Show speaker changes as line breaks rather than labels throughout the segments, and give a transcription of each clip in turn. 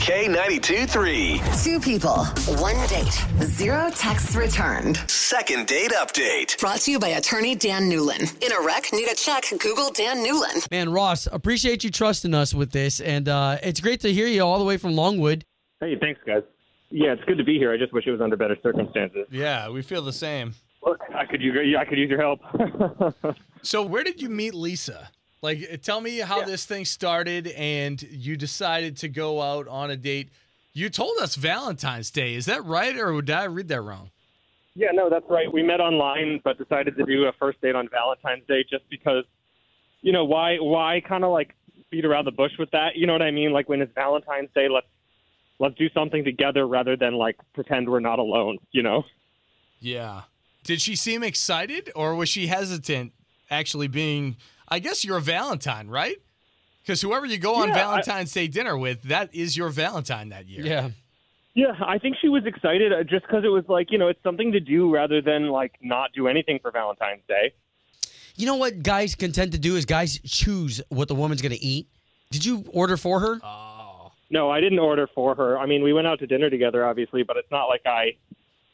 K92 3.
Two people, one date, zero texts returned.
Second date update.
Brought to you by attorney Dan Newlin. In a wreck, need a check, Google Dan Newlin.
Man, Ross, appreciate you trusting us with this, and uh, it's great to hear you all the way from Longwood.
Hey, thanks, guys. Yeah, it's good to be here. I just wish it was under better circumstances.
Yeah, we feel the same.
Look, I could use I could use your help.
So, where did you meet Lisa? Like, tell me how this thing started and you decided to go out on a date. You told us Valentine's Day. Is that right, or did I read that wrong?
yeah, no, that's right. We met online, but decided to do a first date on Valentine's Day just because, you know, why why kind of like beat around the bush with that? You know what I mean? Like when it's Valentine's Day, let's let's do something together rather than like pretend we're not alone. You know?
Yeah. Did she seem excited, or was she hesitant actually being, I guess you're a Valentine, right? Because whoever you go on
Yeah, I-
Valentine's Day dinner with, that is your Valentine that year.
Yeah.
Yeah, I think she was excited uh, just because it was like you know it's something to do rather than like not do anything for Valentine's Day.
You know what guys can tend to do is guys choose what the woman's going to eat. Did you order for her?
No, I didn't order for her. I mean, we went out to dinner together, obviously, but it's not like I,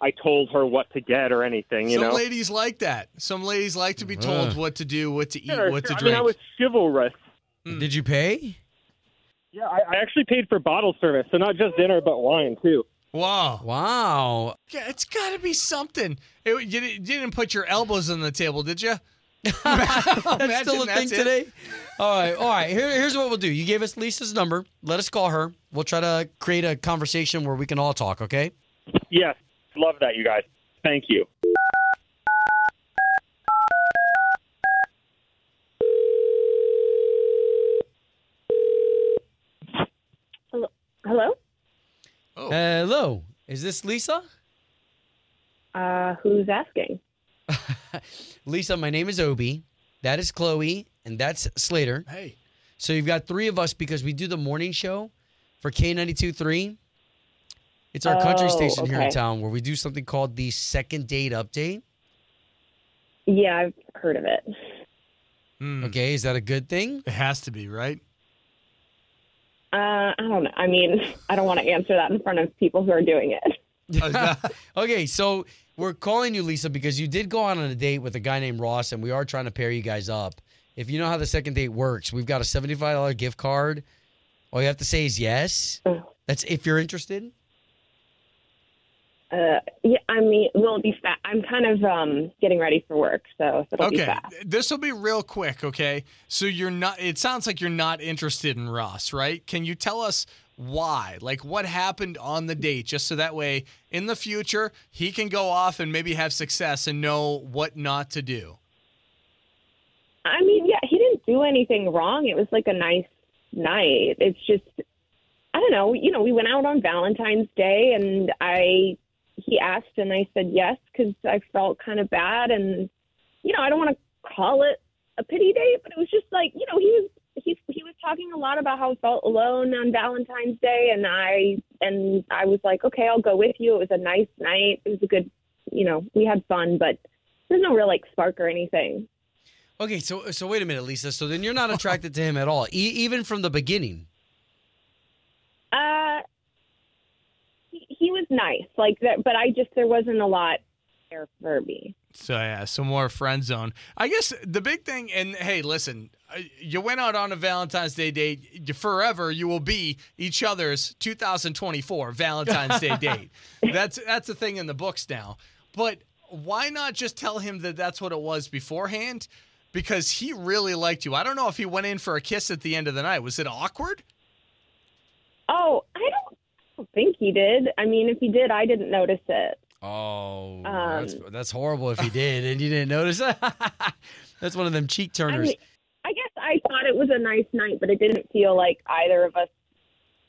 I told her what to get or anything. You
Some
know,
ladies like that. Some ladies like to be told
Uh.
what to do, what to eat,
Sure,
what to
sure. I
drink.
mean, I was chivalrous.
Did you pay?
Yeah, I, I actually paid for bottle service, so not just dinner but wine too.
Wow.
Wow.
Yeah, it's got to be something. It, you, didn't- you didn't put your elbows on the table, did you?
That's still a thing today. All right. All right. Here, here's what we'll do. You gave us Lisa's number. Let us call her. We'll try to create a conversation where we can all talk, okay?
Yes, love that, you guys. Thank you.
Hello?
Oh.
Hello. Is this Lisa?
Uh, who's asking?
Lisa, my name is Obi. That is Chloe, and that's Slater.
Hey.
So you've got three of us because we do the morning show for K92.3. It's our country
Oh,
station here in
okay.
town where we do something called the second date update.
Yeah, I've heard of it.
Hmm.
Okay, is that a good thing?
It has to be, right?
Uh, I don't know. I mean, I don't want to answer that in front of people who are doing it.
Okay, so we're calling you Lisa because you did go out on a date with a guy named Ross, and we are trying to pair you guys up. If you know how the second date works, we've got a seventy-five dollar gift card. All you have to say is yes.
Mm.
That's if you're interested.
Uh, yeah, I mean, we'll be fast. I'm kind of um, getting ready for work, so it'll be
okay.
fast.
This will be real quick, okay? So you're not it sounds like you're not interested in Ross, right? Can you tell us why? Like what happened on the date just so that way in the future he can go off and maybe have success and know what not to do.
I mean, yeah, he didn't do anything wrong. It was like a nice night. It's just, I don't know. You know, we went out on Valentine's Day, and I he asked, and I said yes because I felt kind of bad, and you know, I don't want to call it a pity date, but it was just like, you know, he was he he was talking a lot about how he felt alone on Valentine's Day, and I and I was like, okay, I'll go with you. It was a nice night. It was a good, you know, we had fun, but there's no real like spark or anything.
Okay, so so wait a minute, Lisa. So then you're not attracted to him at all, e- even from the beginning.
Uh, he, he was nice, like that, but I just there wasn't a lot there for me.
So yeah, uh, some more friend zone. I guess the big thing, and hey, listen, uh, you went out on a Valentine's Day date. You forever, you will be each other's 2024 Valentine's Day date. That's that's a thing in the books now. But why not just tell him that that's what it was beforehand? Because he really liked you. I don't know if he went in for a kiss at the end of the night. Was it awkward?
Oh, I don't, I don't think he did. I mean, if he did, I didn't notice it.
Oh, that's,
Um,
that's horrible if he did and you didn't notice. that's one of them cheek
I
turners.
mean, I guess I thought it was a nice night, but it didn't feel like either of us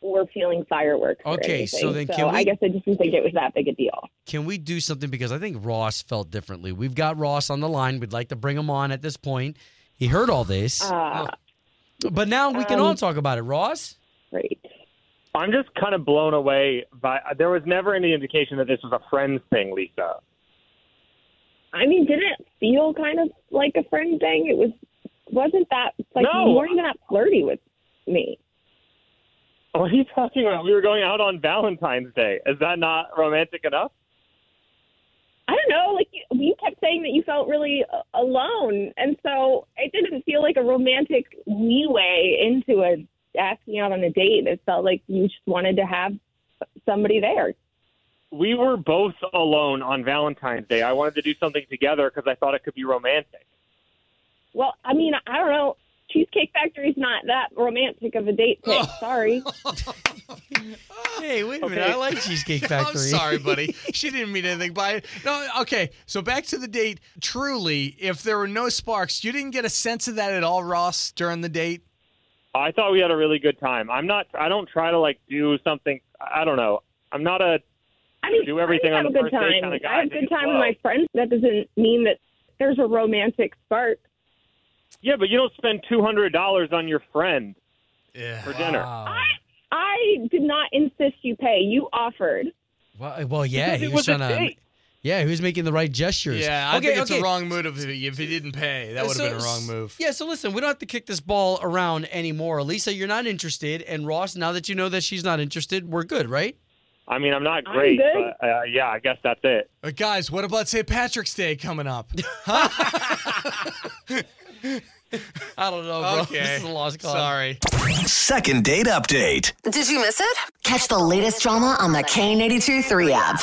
were feeling fireworks. or
Okay, so then
anything. so
can we-
I guess I just didn't think it was that big a deal.
Can we do something? Because I think Ross felt differently. We've got Ross on the line. We'd like to bring him on at this point. He heard all this.
Ah,
but now we can
um,
all talk about it, Ross.
great.
I'm just kind of blown away by. There was never any indication that this was a friends thing, Lisa.
I mean, did it feel kind of like a friend thing? It was wasn't that like
No.
you weren't even that flirty with me.
What are you talking about? We were going out on Valentine's Day. Is that not romantic enough?
I don't know. Like you- you kept saying that you felt really uh, alone, and so it didn't feel like a romantic leeway into a asking out on a date. It felt like you just wanted to have somebody there.
We were both alone on Valentine's Day. I wanted to do something together because I thought it could be romantic.
Well, I mean, I don't know. Cheesecake Factory's not that romantic of a date pick. Sorry.
Hey, wait a minute. I like Cheesecake Factory.
I'm sorry, buddy. She didn't mean anything by it. No, okay. So back to the date. Truly, if there were no sparks, you didn't get a sense of that at all, Ross, during the date.
I thought we had a really good time. I'm not. I don't try to like do something. I don't know. I'm not a.
I mean,
Do everything
I have
on
a
the
good
first date
time.
kinda guy.
I have a
Take it
good time with
slow.
my friends. That doesn't mean that there's a romantic spark.
Yeah, but you don't spend two hundred dollars on your friend
Yeah.
for dinner.
Wow.
I did not insist you pay. You offered.
Well, uh, well, yeah,
Because
he
it
was
was a
trying to.
date.
Yeah, he was making the right gestures.
Yeah, I
okay,
think it's
okay. Uh,
a wrong move if he, if he didn't pay. That would have
So-
been a wrong move.
Yeah, so listen, we don't have to kick this ball around anymore. Lisa, you're not interested, and Ross, now that you know that she's not interested, we're good, right?
I mean, I'm not
I'm
great,
good.
but uh, yeah, I guess that's it.
But guys, what about St. Patrick's Day coming up?
I don't know, bro. This is a lost cause.
Sorry.
Second date update.
Did you miss it? Catch the latest drama on the K82 3 app.